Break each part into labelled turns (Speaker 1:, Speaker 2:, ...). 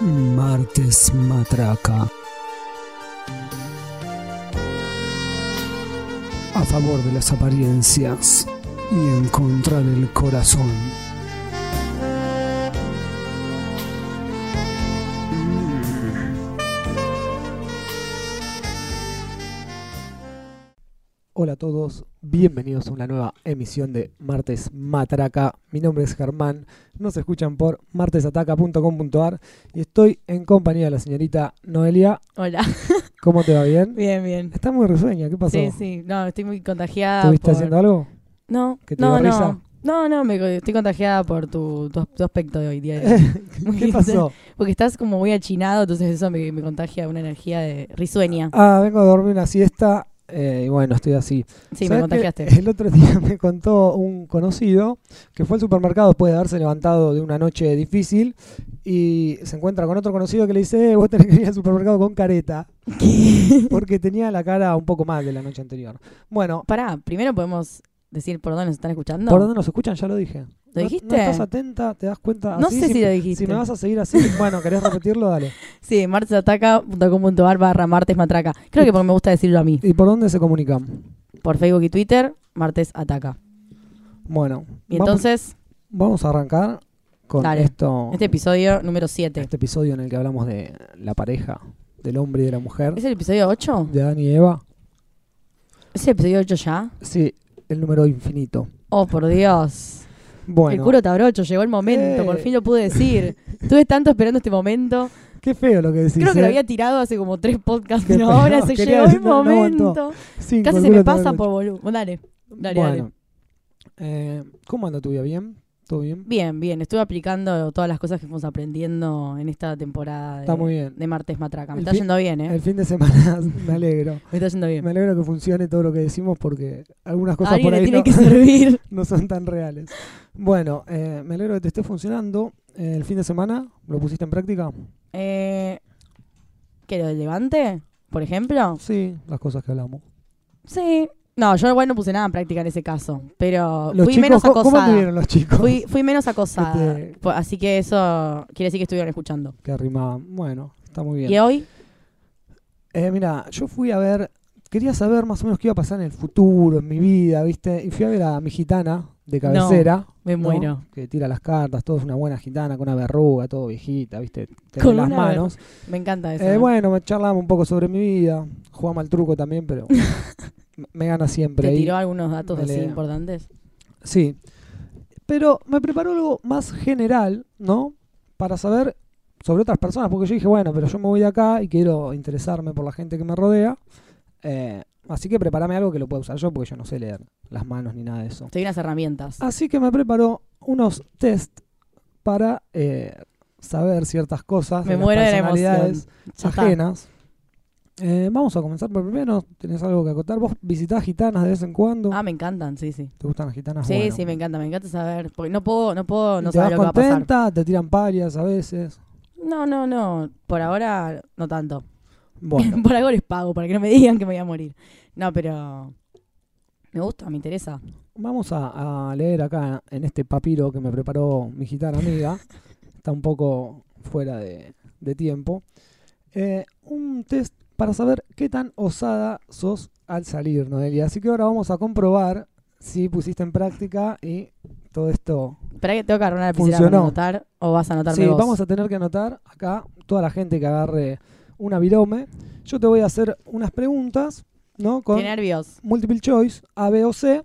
Speaker 1: Martes Matraca. A favor de las apariencias y en contra del corazón.
Speaker 2: Hola a todos, bienvenidos a una nueva emisión de Martes Matraca. Mi nombre es Germán, nos escuchan por martesataca.com.ar y estoy en compañía de la señorita Noelia.
Speaker 3: Hola,
Speaker 2: ¿Cómo te va? ¿Bien?
Speaker 3: bien, bien.
Speaker 2: Está muy risueña, ¿qué pasó?
Speaker 3: Sí, sí, no, estoy muy contagiada.
Speaker 2: ¿Estuviste
Speaker 3: por-
Speaker 2: haciendo algo?
Speaker 3: No,
Speaker 2: que te
Speaker 3: no,
Speaker 2: dio risa?
Speaker 3: no. No, no, me, co- estoy contagiada por tu, tu, tu aspecto de hoy día. Muy
Speaker 2: ¿Qué
Speaker 3: bien.
Speaker 2: pasó?
Speaker 3: Porque estás como muy achinado, entonces eso me, me contagia una energía de risueña.
Speaker 2: Ah, vengo a dormir una siesta eh, y bueno, estoy así.
Speaker 3: Sí, me
Speaker 2: ¿Sabés
Speaker 3: contagiaste.
Speaker 2: qué? Eh. El otro día me contó un conocido que fue al supermercado después de haberse levantado de una noche difícil y se encuentra con otro conocido que le dice, "Eh, vos tenés que ir al supermercado con careta. Porque tenía la cara un poco mal de la noche anterior. Bueno,
Speaker 3: Pará, primero podemos decir por dónde nos están escuchando.
Speaker 2: ¿por dónde nos escuchan? Ya lo dije.
Speaker 3: ¿Lo
Speaker 2: No-
Speaker 3: dijiste?
Speaker 2: No, estás ah, atenta? ¿Te das cuenta?
Speaker 3: No
Speaker 2: Así,
Speaker 3: sé si lo
Speaker 2: Si
Speaker 3: dijiste.
Speaker 2: me vas a seguir así, bueno, ¿querés repetirlo? Dale.
Speaker 3: Sí, martesataca.com.ar barra martesmatraca. Creo que porque me gusta decirlo a mí.
Speaker 2: ¿Y por dónde se comunican?
Speaker 3: Por Facebook y Twitter, Martes Ataca.
Speaker 2: Bueno,
Speaker 3: Y
Speaker 2: vamos-
Speaker 3: entonces,
Speaker 2: Vamos a arrancar con
Speaker 3: Dale.
Speaker 2: esto,
Speaker 3: este episodio número 7.
Speaker 2: este episodio en el que hablamos de la pareja, del hombre y de la mujer,
Speaker 3: ¿Es el episodio 8?
Speaker 2: de Adán y Eva.
Speaker 3: ¿Es el episodio 8 ya?
Speaker 2: Sí, el número infinito.
Speaker 3: Oh, por Dios.
Speaker 2: Bueno,
Speaker 3: El curo tabrocho, llegó el momento,
Speaker 2: Eh.
Speaker 3: por fin lo pude decir. Estuve tanto esperando este momento.
Speaker 2: qué feo lo que decís.
Speaker 3: Creo que lo
Speaker 2: ¿eh?
Speaker 3: había tirado hace como tres podcasts,
Speaker 2: Qué
Speaker 3: pero
Speaker 2: pena,
Speaker 3: ahora se
Speaker 2: quería
Speaker 3: llegó el
Speaker 2: decir, no, no aguantó.
Speaker 3: momento.
Speaker 2: Cinco,
Speaker 3: Casi
Speaker 2: el
Speaker 3: se me
Speaker 2: culo
Speaker 3: pasa
Speaker 2: te-
Speaker 3: por boludo. Dale. Dale, dale.
Speaker 2: Bueno, eh, ¿cómo anda tu vida? ¿Bien? ¿Todo bien?
Speaker 3: Bien, bien. Estuve aplicando todas las cosas que fuimos aprendiendo en esta temporada de,
Speaker 2: Está muy bien.
Speaker 3: de Martes Matraca. Me
Speaker 2: El
Speaker 3: está
Speaker 2: fin-
Speaker 3: yendo bien, ¿eh?
Speaker 2: El fin de semana, me alegro.
Speaker 3: Me está yendo bien.
Speaker 2: Me alegro que funcione todo lo que decimos porque algunas cosas
Speaker 3: Alguien
Speaker 2: por
Speaker 3: le
Speaker 2: ahí
Speaker 3: tiene
Speaker 2: no,
Speaker 3: que servir.
Speaker 2: no son tan reales. Bueno, eh, me alegro que te esté funcionando. Eh, ¿El fin de semana lo pusiste en práctica?
Speaker 3: Eh, ¿Qué, lo del levante? Por ejemplo.
Speaker 2: Sí, las cosas que hablamos.
Speaker 3: Sí. No, yo igual no puse nada en práctica en ese caso. Pero
Speaker 2: Los
Speaker 3: fui
Speaker 2: chicos,
Speaker 3: menos
Speaker 2: ¿cómo- ¿cómo
Speaker 3: acosada.
Speaker 2: tuvieron Este, los chicos?
Speaker 3: Fui, fui menos acosada.
Speaker 2: Que te-
Speaker 3: Po- Así que eso quiere decir que estuvieron escuchando.
Speaker 2: Que arrimaban. Bueno, está muy
Speaker 3: ¿Y
Speaker 2: bien.
Speaker 3: hoy?
Speaker 2: Eh, mira, yo fui a ver, quería saber más o menos qué iba a pasar en el futuro, en mi vida, ¿viste? Y fui a ver a mi gitana de cabecera.
Speaker 3: Me
Speaker 2: ¿no?
Speaker 3: muero.
Speaker 2: Que tira las cartas, todo es una buena gitana, con una verruga, todo viejita, ¿viste? Tenés
Speaker 3: Con
Speaker 2: las
Speaker 3: una
Speaker 2: manos.
Speaker 3: Me encanta eso.
Speaker 2: Eh, bueno, me charlamos un poco sobre mi vida. Jugamos al truco también, pero me- me gana siempre.
Speaker 3: ¿Te
Speaker 2: ahí.
Speaker 3: tiró algunos datos
Speaker 2: Dale.
Speaker 3: así importantes?
Speaker 2: Sí. Pero me preparó algo más general, ¿no? Para saber sobre otras personas, porque yo dije, bueno, pero yo me voy de acá y quiero interesarme por la gente que me rodea. eh, así que prepárame algo que lo pueda usar yo, porque yo no sé leer las manos ni nada de eso.
Speaker 3: Te di unas herramientas.
Speaker 2: Así que me preparó unos test para eh, saber ciertas cosas.
Speaker 3: Me
Speaker 2: las
Speaker 3: muero de la
Speaker 2: personalidades
Speaker 3: emoción. Ya está.
Speaker 2: ajenas. Eh, vamos a comenzar por primero. ¿Tenés algo que acotar? ¿Vos visitás gitanas de vez en cuando?
Speaker 3: Ah, me encantan, sí, sí.
Speaker 2: ¿Te gustan las gitanas?
Speaker 3: Sí,
Speaker 2: Ah, Bueno.
Speaker 3: sí, me encanta, me encanta saber. Porque no puedo, no puedo, no
Speaker 2: te
Speaker 3: saber
Speaker 2: vas
Speaker 3: lo que va a pasar.
Speaker 2: contenta, te tiran parias a veces.
Speaker 3: No, no, no. Por ahora, no tanto.
Speaker 2: Bueno,
Speaker 3: Por ahora les pago, para que no me digan que me voy a morir. No, pero. Me gusta, me interesa.
Speaker 2: vamos a, a leer acá en este papiro que me preparó mi gitana amiga. Está un poco fuera de, de tiempo. Eh, un test para saber qué tan osada sos al salir, Noelia. Así que ahora vamos a comprobar si pusiste en práctica y todo esto.
Speaker 3: Espera que tengo que agarrar una lapicera
Speaker 2: Funcionó.
Speaker 3: para anotar o vas a anotarme
Speaker 2: Sí,
Speaker 3: vos.
Speaker 2: vamos a tener que anotar acá toda la gente que agarre una virome. Yo te voy a hacer unas preguntas, ¿no? Con
Speaker 3: Qué nervios.
Speaker 2: multiple choice, A, B o C.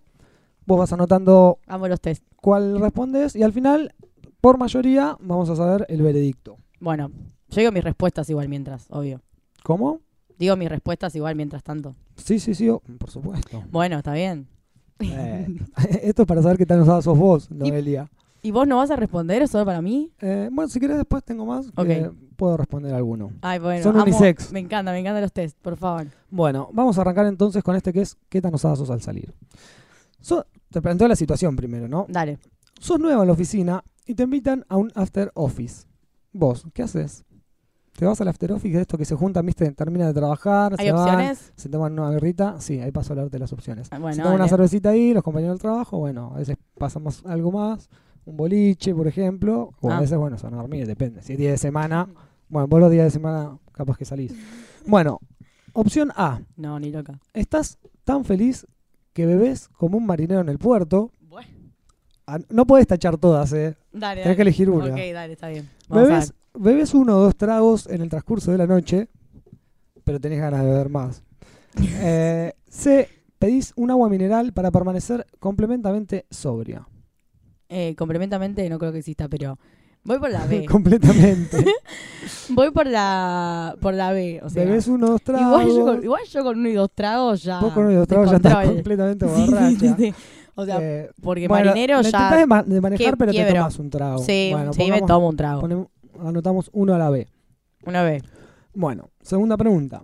Speaker 2: Vos vas anotando
Speaker 3: Amo los test.
Speaker 2: cuál respondes y al final, por mayoría, vamos a saber el veredicto.
Speaker 3: Bueno, yo digo mis respuestas igual mientras, obvio.
Speaker 2: ¿Cómo?
Speaker 3: Digo mis respuestas igual mientras tanto.
Speaker 2: Sí, sí, sí, o- por supuesto.
Speaker 3: Bueno, está bien.
Speaker 2: Eh, esto es para saber qué tan usada sos vos, Noelia.
Speaker 3: ¿Y vos no vas a responder ¿Es solo para mí?
Speaker 2: Eh, bueno, si querés después tengo más, que
Speaker 3: Ok.
Speaker 2: puedo responder alguno.
Speaker 3: Ay, bueno.
Speaker 2: Son
Speaker 3: amo-
Speaker 2: unisex.
Speaker 3: Me encanta, me encantan los test, por favor.
Speaker 2: Bueno, vamos a arrancar entonces con este que es qué tan usada sos al salir. So- te planteo la situación primero, ¿no?
Speaker 3: Dale.
Speaker 2: Sos nueva en la oficina y te invitan a un after office. Vos, ¿qué haces? ¿Te vas al after office de esto que se juntan, viste? Termina de trabajar,
Speaker 3: ¿Hay
Speaker 2: se van,
Speaker 3: opciones?
Speaker 2: se toman una guerrita. Sí, ahí paso a hablarte las opciones.
Speaker 3: Ah,
Speaker 2: se
Speaker 3: Bueno,
Speaker 2: toman una
Speaker 3: dale.
Speaker 2: cervecita ahí, los compañeros del trabajo, bueno, a veces pasa más, algo más, un boliche, por ejemplo, o a
Speaker 3: Ah.
Speaker 2: veces, bueno, se van a dormir, depende. Si es día de semana, bueno, vos los días de semana capaz que salís. Bueno, opción A,
Speaker 3: No, ni loca.
Speaker 2: estás tan feliz que bebés como un marinero en el puerto.
Speaker 3: Bueno.
Speaker 2: Ah, No podés tachar todas, eh.
Speaker 3: Dale,
Speaker 2: Tenés que elegir una.
Speaker 3: Ok, dale, está bien. Vamos
Speaker 2: Bebes, bebes uno o dos tragos en el transcurso de la noche, pero tenés ganas de beber más. Eh, C. Pedís un agua mineral para permanecer completamente sobria.
Speaker 3: a ver. Eh, complementamente no creo que exista, pero voy por la B.
Speaker 2: completamente.
Speaker 3: voy por la por la B, o sea.
Speaker 2: Bebes uno o dos tragos.
Speaker 3: Igual yo, con, igual yo con uno y dos tragos ya.
Speaker 2: vos con uno o dos tragos ya estás
Speaker 3: descontrol.
Speaker 2: completamente
Speaker 3: Sí,
Speaker 2: borracha.
Speaker 3: sí, sí, sí. O sea,
Speaker 2: Eh,
Speaker 3: porque
Speaker 2: bueno,
Speaker 3: marinero
Speaker 2: lo
Speaker 3: ya.
Speaker 2: intentás de, ma- de manejar,
Speaker 3: que-
Speaker 2: pero te
Speaker 3: quiebro.
Speaker 2: tomás un trago.
Speaker 3: Sí,
Speaker 2: bueno,
Speaker 3: sí, me
Speaker 2: pongamos-
Speaker 3: tomo un trago.
Speaker 2: ponemos- anotamos uno a la B.
Speaker 3: Una B.
Speaker 2: Bueno, segunda pregunta.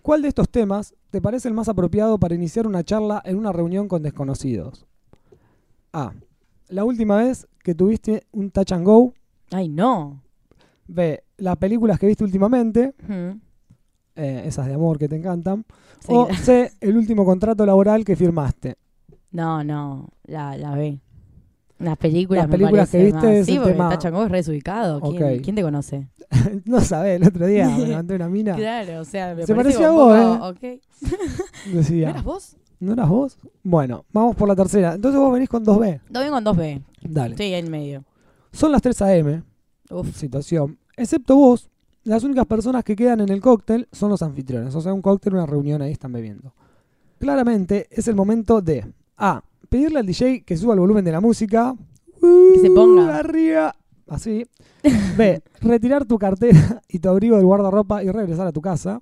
Speaker 2: ¿Cuál de estos temas te parece el más apropiado para iniciar una charla en una reunión con desconocidos? A. La última vez que tuviste un touch and go.
Speaker 3: Ay, no.
Speaker 2: B. Las películas que viste últimamente,
Speaker 3: Ujú.
Speaker 2: eh, esas de amor que te encantan.
Speaker 3: Sí,
Speaker 2: o
Speaker 3: la-
Speaker 2: C. El último contrato laboral que firmaste.
Speaker 3: no, no. La, la B. Las películas,
Speaker 2: Las
Speaker 3: me
Speaker 2: películas que
Speaker 3: parece
Speaker 2: viste
Speaker 3: más.
Speaker 2: es
Speaker 3: Sí,
Speaker 2: el
Speaker 3: porque
Speaker 2: tema-
Speaker 3: Tachango es re desubicado. ¿Quién,
Speaker 2: Ok.
Speaker 3: quién te conoce?
Speaker 2: no sabés, el otro día me levanté una mina.
Speaker 3: Claro, o sea, me
Speaker 2: Se
Speaker 3: parece
Speaker 2: parecía
Speaker 3: como
Speaker 2: a
Speaker 3: un
Speaker 2: vos, ¿eh?
Speaker 3: poco, ok. ¿No
Speaker 2: Decía,
Speaker 3: eras vos?
Speaker 2: ¿no eras vos? Bueno, vamos por la tercera. Entonces vos venís con 2B.
Speaker 3: No, vengo en 2B.
Speaker 2: Dale.
Speaker 3: Estoy ahí en medio.
Speaker 2: Son las 3 AM.
Speaker 3: Uf.
Speaker 2: situación. Excepto vos, las únicas personas que quedan en el cóctel son los anfitriones. O sea, un cóctel, una reunión, ahí están bebiendo. Claramente es el momento de A. Pedirle al DJ que suba el volumen de la música.
Speaker 3: Que se ponga.
Speaker 2: Uh, Arriba. Así. B. Retirar tu cartera y tu abrigo del guardarropa y regresar a tu casa.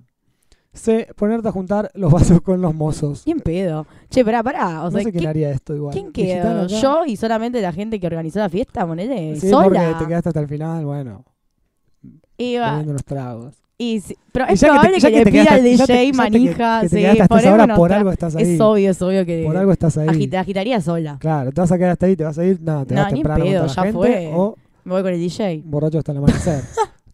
Speaker 2: C. Ponerte a juntar los vasos con los mozos.
Speaker 3: ¿Quién pedo? Che, pará, pará. O
Speaker 2: no
Speaker 3: sea,
Speaker 2: sé quién
Speaker 3: ¿qué-
Speaker 2: haría esto igual.
Speaker 3: ¿quién
Speaker 2: Digitalo
Speaker 3: quedó?
Speaker 2: acá.
Speaker 3: Yo y solamente la gente que organizó la fiesta, ponele.
Speaker 2: Sí, porque
Speaker 3: sola.
Speaker 2: te quedaste hasta el final, bueno,
Speaker 3: Iba,
Speaker 2: bebiendo unos tragos.
Speaker 3: y, si- pero
Speaker 2: Y
Speaker 3: es
Speaker 2: ya que te-
Speaker 3: probable
Speaker 2: ya
Speaker 3: que,
Speaker 2: que
Speaker 3: le
Speaker 2: te
Speaker 3: pida
Speaker 2: quedaste-
Speaker 3: al
Speaker 2: ya
Speaker 3: DJ
Speaker 2: te- ya te que-
Speaker 3: manija.
Speaker 2: que te
Speaker 3: sí,
Speaker 2: quedaste hasta esa
Speaker 3: poneme
Speaker 2: hora,
Speaker 3: unos
Speaker 2: por
Speaker 3: tra-
Speaker 2: algo estás ahí.
Speaker 3: Es obvio, es obvio que.
Speaker 2: Por algo estás ahí.
Speaker 3: agit- la agitaría sola.
Speaker 2: Claro, te vas a quedar hasta ahí, te vas a ir, nada, te
Speaker 3: No,
Speaker 2: vas
Speaker 3: ni en
Speaker 2: temprano
Speaker 3: pedo,
Speaker 2: con toda
Speaker 3: ya
Speaker 2: la gente
Speaker 3: fue.
Speaker 2: o
Speaker 3: Me voy con el DJ.
Speaker 2: borracho hasta el amanecer.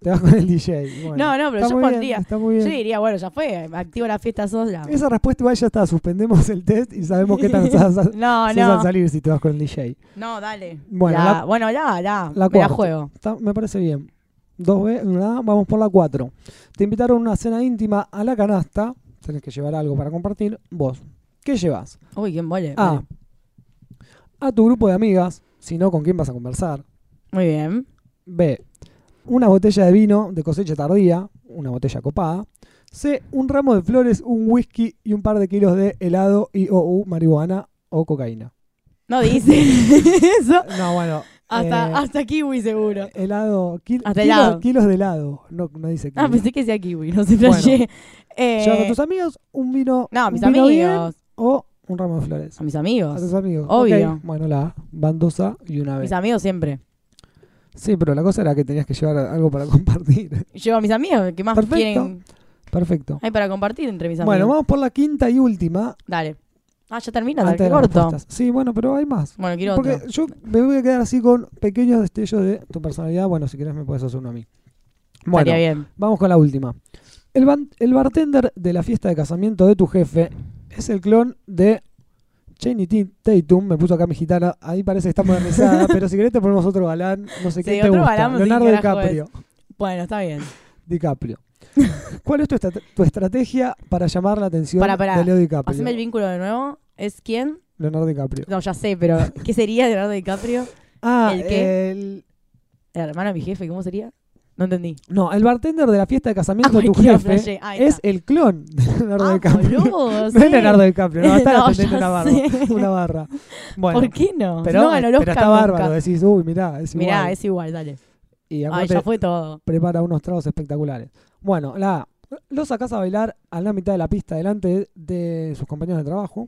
Speaker 2: te vas con el DJ. Bueno,
Speaker 3: No, no, pero
Speaker 2: está
Speaker 3: yo
Speaker 2: muy bien,
Speaker 3: pondría-
Speaker 2: está muy
Speaker 3: Yo
Speaker 2: bien.
Speaker 3: diría, bueno, ya fue. Activo la fiesta sola.
Speaker 2: Esa respuesta igual ya está, suspendemos el test y sabemos qué tan sas- sas
Speaker 3: No,
Speaker 2: al
Speaker 3: no.
Speaker 2: salir si te vas con el DJ.
Speaker 3: No, dale.
Speaker 2: Bueno,
Speaker 3: la,
Speaker 2: la-
Speaker 3: bueno, la, la,
Speaker 2: la
Speaker 3: me la
Speaker 2: cuarta.
Speaker 3: juego.
Speaker 2: Está- me parece bien. Dos B, una A, vamos por la cuatro. Te invitaron a una cena íntima a la canasta, tenés que llevar algo para compartir, vos. ¿Qué llevas?
Speaker 3: Uy, quién vole.
Speaker 2: A.
Speaker 3: Vale.
Speaker 2: A tu grupo de amigas, si no, ¿con quién vas a conversar?
Speaker 3: Muy bien.
Speaker 2: B. Una botella de vino de cosecha tardía, una botella copada. C. Un ramo de flores, un whisky y un par de kilos de helado y o u, marihuana o cocaína.
Speaker 3: No dice eso.
Speaker 2: No, bueno.
Speaker 3: Hasta,
Speaker 2: eh,
Speaker 3: hasta kiwi seguro.
Speaker 2: Helado, ki-
Speaker 3: Hasta
Speaker 2: kilos,
Speaker 3: helado.
Speaker 2: kilos de helado. No, no dice
Speaker 3: Ah,
Speaker 2: kilos.
Speaker 3: pensé que decía kiwi, no se
Speaker 2: Bueno.
Speaker 3: flashé. Eh,
Speaker 2: Llevas a tus amigos un vino.
Speaker 3: no, a
Speaker 2: un
Speaker 3: mis
Speaker 2: vino
Speaker 3: amigos.
Speaker 2: bien o un ramo de flores.
Speaker 3: A mis
Speaker 2: A
Speaker 3: amigos.
Speaker 2: tus amigos.
Speaker 3: Obvio.
Speaker 2: Ok, Bueno, la A. Bandosa y una B.
Speaker 3: Mis amigos siempre.
Speaker 2: Sí, pero la cosa era que tenías que llevar algo para compartir.
Speaker 3: Llevo a mis amigos, que más
Speaker 2: Perfecto.
Speaker 3: quieren.
Speaker 2: Perfecto.
Speaker 3: Hay para compartir entre mis
Speaker 2: Bueno,
Speaker 3: amigos.
Speaker 2: vamos por la quinta y última.
Speaker 3: Dale. Ah, ya termina, dale,
Speaker 2: antes de
Speaker 3: qué
Speaker 2: las
Speaker 3: corto.
Speaker 2: respuestas. Sí, bueno, pero hay más.
Speaker 3: Bueno, quiero
Speaker 2: Porque
Speaker 3: otro.
Speaker 2: yo me voy a quedar así con pequeños destellos de tu personalidad. Bueno, si querés me puedes hacer uno a mí. Bueno,
Speaker 3: Estaría bien.
Speaker 2: vamos con la última. El, ban- el bartender de la fiesta de casamiento de tu jefe es el clon de Chaney T- Tatum. Me puso acá mi gitana. Ahí parece que está modernizada, pero si querés te ponemos otro galán. No
Speaker 3: Sí,
Speaker 2: sé qué te
Speaker 3: otro
Speaker 2: gusta.
Speaker 3: galán, no sé
Speaker 2: Leonardo
Speaker 3: qué carajo
Speaker 2: DiCaprio.
Speaker 3: Bueno, está bien.
Speaker 2: DiCaprio. ¿Cuál es tu, estra- tu estrategia para llamar la atención
Speaker 3: Pará, pará.
Speaker 2: de Leo DiCaprio?
Speaker 3: Haceme el vínculo de nuevo. ¿Es quién?
Speaker 2: Leonardo DiCaprio.
Speaker 3: No, ya sé, pero ¿qué sería Leonardo DiCaprio?
Speaker 2: Ah,
Speaker 3: ¿El qué?
Speaker 2: el-
Speaker 3: ¿El hermano de mi jefe? ¿Cómo sería? No entendí.
Speaker 2: no, el bartender de la fiesta de casamiento
Speaker 3: Ah,
Speaker 2: de tu
Speaker 3: cualquiera,
Speaker 2: jefe
Speaker 3: flashé. Ahí
Speaker 2: es
Speaker 3: está.
Speaker 2: el clon de Leonardo
Speaker 3: Ah,
Speaker 2: DiCaprio.
Speaker 3: boludo,
Speaker 2: no
Speaker 3: sí.
Speaker 2: es Leonardo DiCaprio, no, está
Speaker 3: No,
Speaker 2: atendiendo
Speaker 3: ya
Speaker 2: una barba.
Speaker 3: sé.
Speaker 2: Una barra. Bueno,
Speaker 3: ¿Por qué no?
Speaker 2: pero,
Speaker 3: no ganó el
Speaker 2: pero
Speaker 3: Oscar
Speaker 2: está
Speaker 3: nunca.
Speaker 2: bárbaro. Decís, uy, mirá, es igual.
Speaker 3: Mirá, es igual, dale.
Speaker 2: Y
Speaker 3: Ay,
Speaker 2: aparte
Speaker 3: ya fue todo.
Speaker 2: prepara unos tragos espectaculares. Bueno, la A. Lo sacás a bailar a la mitad de la pista delante de, de sus compañeros de trabajo.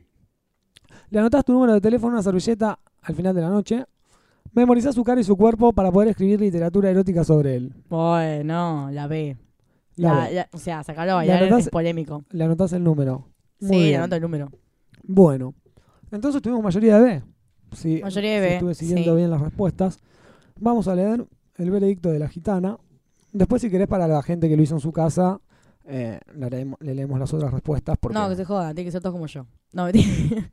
Speaker 2: Le anotás tu número de teléfono en una servilleta al final de la noche. Memorizás su cara y su cuerpo para poder escribir literatura erótica sobre él.
Speaker 3: Bueno, la B.
Speaker 2: La
Speaker 3: La-
Speaker 2: B.
Speaker 3: la- o sea, sacarlo a
Speaker 2: La
Speaker 3: bailar
Speaker 2: anotás-
Speaker 3: es polémico.
Speaker 2: Le anotás el número. Muy
Speaker 3: sí, le
Speaker 2: bien.
Speaker 3: anoto el número.
Speaker 2: Bueno, entonces tuvimos mayoría de B. Si,
Speaker 3: Mayoría de
Speaker 2: si
Speaker 3: B,
Speaker 2: estuve siguiendo
Speaker 3: sí.
Speaker 2: bien las respuestas. Vamos a leer el veredicto de la gitana. Después, si querés, para la gente que lo hizo en su casa, eh, le, leemos, le leemos las otras respuestas. Porque
Speaker 3: No, que se joda, tiene que ser todos como yo. No, mentira.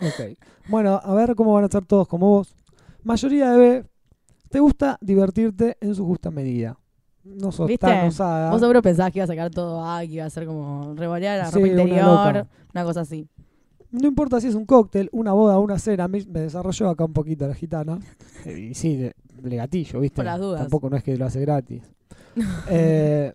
Speaker 2: Ok. Bueno, a ver cómo van a estar todos como vos. Mayoría de B. Te gusta divertirte en su justa medida. No sos
Speaker 3: ¿Viste?
Speaker 2: tan osada.
Speaker 3: Vos seguro pensabas que iba a sacar todo, ah, que iba a ser como revolear la
Speaker 2: Sí,
Speaker 3: ropa
Speaker 2: una
Speaker 3: interior,
Speaker 2: loca.
Speaker 3: una, cosa así.
Speaker 2: No importa si es un cóctel, una boda, una cena. Me, me desarrolló acá un poquito la gitana. Eh, Y sí, le, le gatillo, ¿viste?
Speaker 3: Por las dudas.
Speaker 2: Tampoco no es que lo hace gratis. Eh,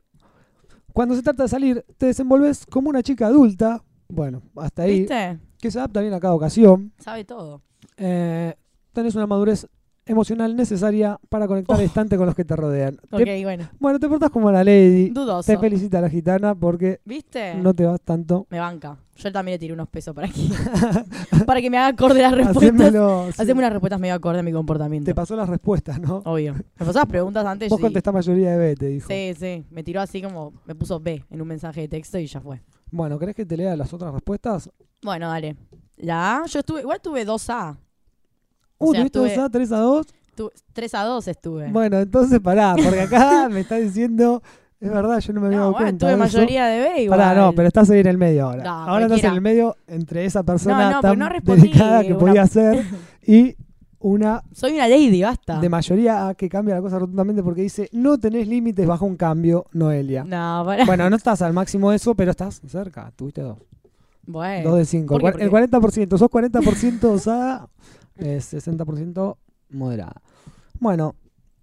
Speaker 2: cuando se trata de salir, te desenvolves como una chica adulta. Bueno, hasta ahí.
Speaker 3: ¿Viste?
Speaker 2: Que se adapta bien a cada ocasión.
Speaker 3: Sabe todo.
Speaker 2: Eh, tenés una madurez emocional necesaria para conectar
Speaker 3: Oh.
Speaker 2: instante con los que te rodean. Te-
Speaker 3: Ok, bueno.
Speaker 2: bueno, te portás como la lady.
Speaker 3: Dudoso. Eh.
Speaker 2: Te felicita la gitana porque
Speaker 3: ¿Viste?
Speaker 2: no te vas tanto.
Speaker 3: Me banca. Yo también le tiré unos pesos para que, para que me haga acorde las respuestas.
Speaker 2: Hacémelo. sí.
Speaker 3: Haceme unas respuestas medio acorde a mi comportamiento.
Speaker 2: Te pasó las respuestas, ¿no?
Speaker 3: Obvio. Me pasabas preguntas antes.
Speaker 2: Vos
Speaker 3: y-
Speaker 2: contestás mayoría de B, te dijo.
Speaker 3: Sí, sí. Me tiró así como, me puso B en un mensaje de texto y ya fue.
Speaker 2: Bueno, ¿querés que te lea las otras respuestas?
Speaker 3: Bueno, dale. La A, yo estuve, igual tuve 2A. O
Speaker 2: Uh,
Speaker 3: sea,
Speaker 2: ¿tuviste
Speaker 3: tuve-
Speaker 2: 2A, 3 a 2?
Speaker 3: Tu- 3 a 2 estuve.
Speaker 2: Bueno, entonces pará, porque acá me está diciendo... Es verdad, yo no me había
Speaker 3: no,
Speaker 2: dado
Speaker 3: bueno,
Speaker 2: cuenta
Speaker 3: tuve
Speaker 2: de eso.
Speaker 3: mayoría de B igual.
Speaker 2: Pará, no, pero estás ahí en el medio ahora.
Speaker 3: No,
Speaker 2: ahora estás
Speaker 3: cualquiera.
Speaker 2: en el medio entre esa persona
Speaker 3: No, no,
Speaker 2: tan
Speaker 3: pues no respondí
Speaker 2: delicada que
Speaker 3: una-
Speaker 2: podía ser y una
Speaker 3: Soy una lady, basta.
Speaker 2: de mayoría A que cambia la cosa rotundamente porque dice, no tenés límites bajo un cambio, Noelia.
Speaker 3: No, pará.
Speaker 2: Bueno, no estás al máximo de eso, pero estás cerca. Tuviste dos.
Speaker 3: Bueno.
Speaker 2: Dos de cinco.
Speaker 3: Eh, ¿por qué?
Speaker 2: El,
Speaker 3: ¿Por
Speaker 2: cuar- el 40%. Sos 40% osada, eh, 60% moderada. Bueno,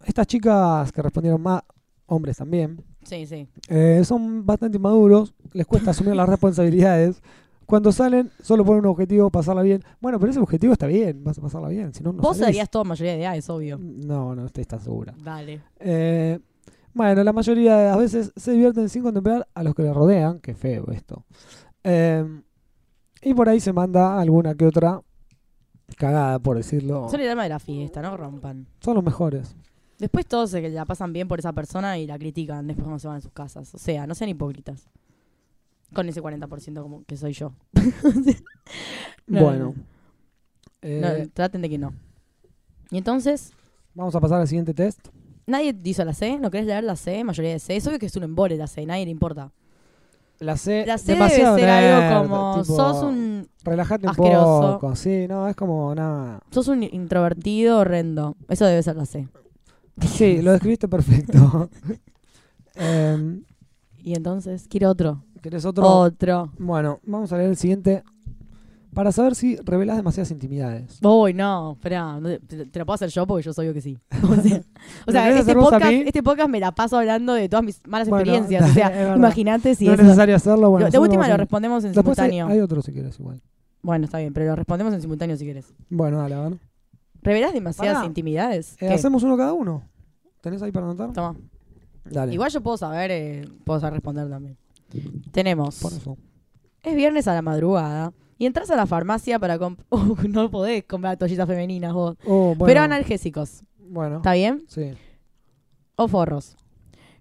Speaker 2: estas chicas que respondieron más, hombres también,
Speaker 3: Sí, sí.
Speaker 2: eh, son bastante inmaduros, les cuesta asumir las responsabilidades. Cuando salen, solo ponen un objetivo, pasarla bien. Bueno, pero ese objetivo está bien, vas a pasarla bien. Si no, no
Speaker 3: Vos
Speaker 2: salís.
Speaker 3: darías todo mayoría de A, es obvio.
Speaker 2: No, no estoy tan segura.
Speaker 3: Dale.
Speaker 2: Eh, bueno, la mayoría de las veces se divierten sin contemplar a los que les rodean. Qué feo esto. Eh, y por ahí se manda alguna que otra cagada, por decirlo.
Speaker 3: Son el alma de la fiesta, no rompan.
Speaker 2: Son los mejores.
Speaker 3: Después todos se la pasan bien por esa persona y la critican después cuando se van a sus casas. O sea, no sean hipócritas. Con ese 40% como que soy yo. No, no,
Speaker 2: bueno. Eh,
Speaker 3: No, traten de que no. Y entonces,
Speaker 2: Vamos a pasar al siguiente test.
Speaker 3: nadie hizo la C, no querés leer la C, mayoría de C. Es obvio que es un embole la C, nadie le importa.
Speaker 2: La C,
Speaker 3: La C
Speaker 2: Eh, demasiado
Speaker 3: debe ser
Speaker 2: nerd,
Speaker 3: algo como
Speaker 2: tipo,
Speaker 3: sos un
Speaker 2: Relájate un
Speaker 3: asqueroso.
Speaker 2: poco. Sí, no, es como nada.
Speaker 3: sos un introvertido horrendo. Eso debe ser la C.
Speaker 2: Sí, lo describiste perfecto. Em,
Speaker 3: Y entonces, quiero otro.
Speaker 2: ¿Querés
Speaker 3: Otro.
Speaker 2: otro?
Speaker 3: Otro.
Speaker 2: Bueno, vamos a leer el siguiente. Para saber si revelás demasiadas intimidades.
Speaker 3: Uy, no, espera, no te, te- te lo puedo hacer yo porque yo soy yo que sí. O sea, o
Speaker 2: ¿Me
Speaker 3: sea,
Speaker 2: querés
Speaker 3: este,
Speaker 2: hacer vos a
Speaker 3: podcast,
Speaker 2: mí?
Speaker 3: este podcast me la paso hablando de todas mis malas
Speaker 2: Bueno,
Speaker 3: experiencias. O
Speaker 2: es verdad.
Speaker 3: sea, imagínate si
Speaker 2: no es
Speaker 3: eso.
Speaker 2: necesario hacerlo. Bueno,
Speaker 3: Lo- de
Speaker 2: nosotros
Speaker 3: última lo
Speaker 2: vamos a-
Speaker 3: respondemos en
Speaker 2: Después hay,
Speaker 3: simultáneo.
Speaker 2: hay otro si quieres igual.
Speaker 3: Bueno, está bien, pero lo respondemos en simultáneo si quieres.
Speaker 2: Bueno, dale, a ver.
Speaker 3: ¿Revelás demasiadas
Speaker 2: Pará.
Speaker 3: intimidades?
Speaker 2: Eh,
Speaker 3: ¿Qué?
Speaker 2: hacemos uno cada uno. ¿Tenés ahí para anotar?
Speaker 3: Toma.
Speaker 2: Dale.
Speaker 3: Igual yo puedo saber, eh, puedo saber responder también. Tenemos.
Speaker 2: Por eso.
Speaker 3: Es viernes a la madrugada y entras a la farmacia para comprar. no podés comprar toallitas femeninas vos.
Speaker 2: Oh, bueno.
Speaker 3: Pero analgésicos,
Speaker 2: Bueno,
Speaker 3: ¿está bien?
Speaker 2: sí.
Speaker 3: O forros.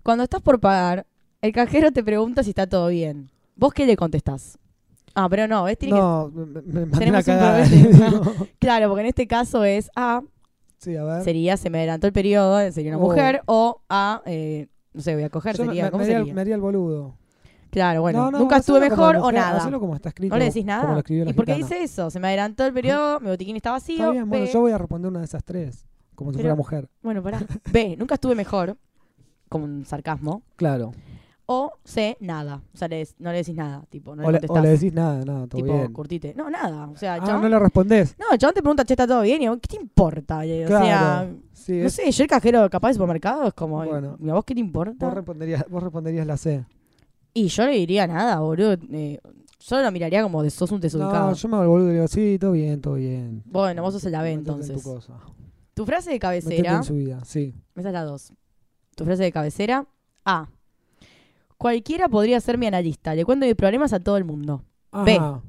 Speaker 3: Cuando estás por pagar, el cajero te pregunta si está todo bien. ¿Vos qué le contestás? Ah, pero no, es tiene
Speaker 2: No, me, me mandé una
Speaker 3: Tenemos un
Speaker 2: cagada.
Speaker 3: problema. que- Claro, porque en este caso es A,
Speaker 2: sí, a ver.
Speaker 3: sería se me adelantó el periodo, eh, sería una
Speaker 2: Oh.
Speaker 3: mujer, o A, eh, no sé, voy a coger,
Speaker 2: Yo me-
Speaker 3: sería,
Speaker 2: me,
Speaker 3: ¿cómo
Speaker 2: me haría,
Speaker 3: sería?
Speaker 2: me haría el boludo.
Speaker 3: Claro, bueno,
Speaker 2: No, no,
Speaker 3: nunca estuve
Speaker 2: hacelo como
Speaker 3: mejor o
Speaker 2: mujer,
Speaker 3: nada.
Speaker 2: Hacelo como está escrito.
Speaker 3: No le decís nada.
Speaker 2: Como lo escribió la
Speaker 3: ¿Y por qué
Speaker 2: gitana.
Speaker 3: dice eso? Se me adelantó el periodo, mi botiquín está vacío.
Speaker 2: Está bien, bueno,
Speaker 3: B.
Speaker 2: yo voy a responder una de esas tres. Como si
Speaker 3: Pero-
Speaker 2: fuera mujer.
Speaker 3: Bueno, pará. B, nunca estuve mejor, como un sarcasmo.
Speaker 2: Claro.
Speaker 3: O C, nada. O sea, le des- no le decís nada, tipo, no
Speaker 2: o,
Speaker 3: le
Speaker 2: le,
Speaker 3: contestás.
Speaker 2: o le decís nada, nada, todo
Speaker 3: tipo,
Speaker 2: bien.
Speaker 3: curtite. No, nada. O sea, el
Speaker 2: Ah,
Speaker 3: chabón-
Speaker 2: no le respondés.
Speaker 3: no, el chabón te pregunta, che, ¿está todo bien? Y vos, ¿qué te importa? Y, O sea,
Speaker 2: Claro. Sí,
Speaker 3: no
Speaker 2: es-
Speaker 3: sé, yo el cajero capaz de supermercado es como,
Speaker 2: Bueno.
Speaker 3: ¿y a vos qué te importa?
Speaker 2: vos, responderías, vos responderías la C.
Speaker 3: Y yo le diría nada, boludo. Eh, yo lo miraría como de sos un desubicado.
Speaker 2: No, yo me hago el boludo y digo, sí, todo bien, todo bien.
Speaker 3: Bueno, vos sos el ave
Speaker 2: Métete en
Speaker 3: entonces.
Speaker 2: tu cosa.
Speaker 3: Tu frase de
Speaker 2: Métete
Speaker 3: cabecera,
Speaker 2: en su vida, sí.
Speaker 3: esa es la dos. Tu frase de cabecera, A. Cualquiera podría ser mi analista, le cuento mis problemas a todo el mundo. B.
Speaker 2: Ajá.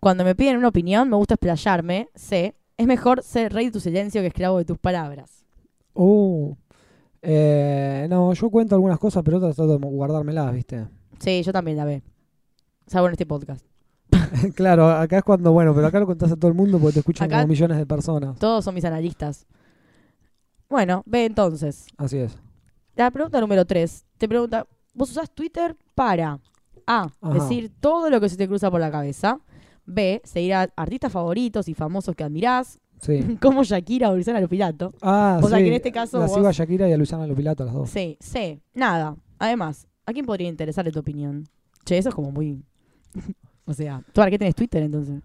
Speaker 3: Cuando me piden una opinión, me gusta explayarme. C. Es mejor ser rey de tu silencio que esclavo de tus palabras.
Speaker 2: Uh. Eh, no, yo cuento algunas cosas, pero otras trato de guardármelas, ¿viste?
Speaker 3: Sí, yo también la B. Salvo en este podcast.
Speaker 2: claro, acá es cuando, bueno, pero acá lo contás a todo el mundo porque te escuchan
Speaker 3: Acá-
Speaker 2: como millones de personas.
Speaker 3: Todos son mis analistas. Bueno, B entonces.
Speaker 2: Así es.
Speaker 3: La pregunta número 3. Te pregunta, ¿vos usás Twitter para A,
Speaker 2: Ajá.
Speaker 3: decir todo lo que se te cruza por la cabeza? B. Seguir a artistas favoritos y famosos que admirás,
Speaker 2: Sí.
Speaker 3: como Shakira o Luciana Lopilato.
Speaker 2: Ah,
Speaker 3: O sea,
Speaker 2: sí,
Speaker 3: que en este caso
Speaker 2: La
Speaker 3: vos-
Speaker 2: sigo a Shakira y a Luciana Lopilato, las dos.
Speaker 3: Sí, C. Nada. Además, ¿a quién podría interesarle tu opinión? Che, eso es como muy... o sea, ¿tú para qué tenés Twitter entonces?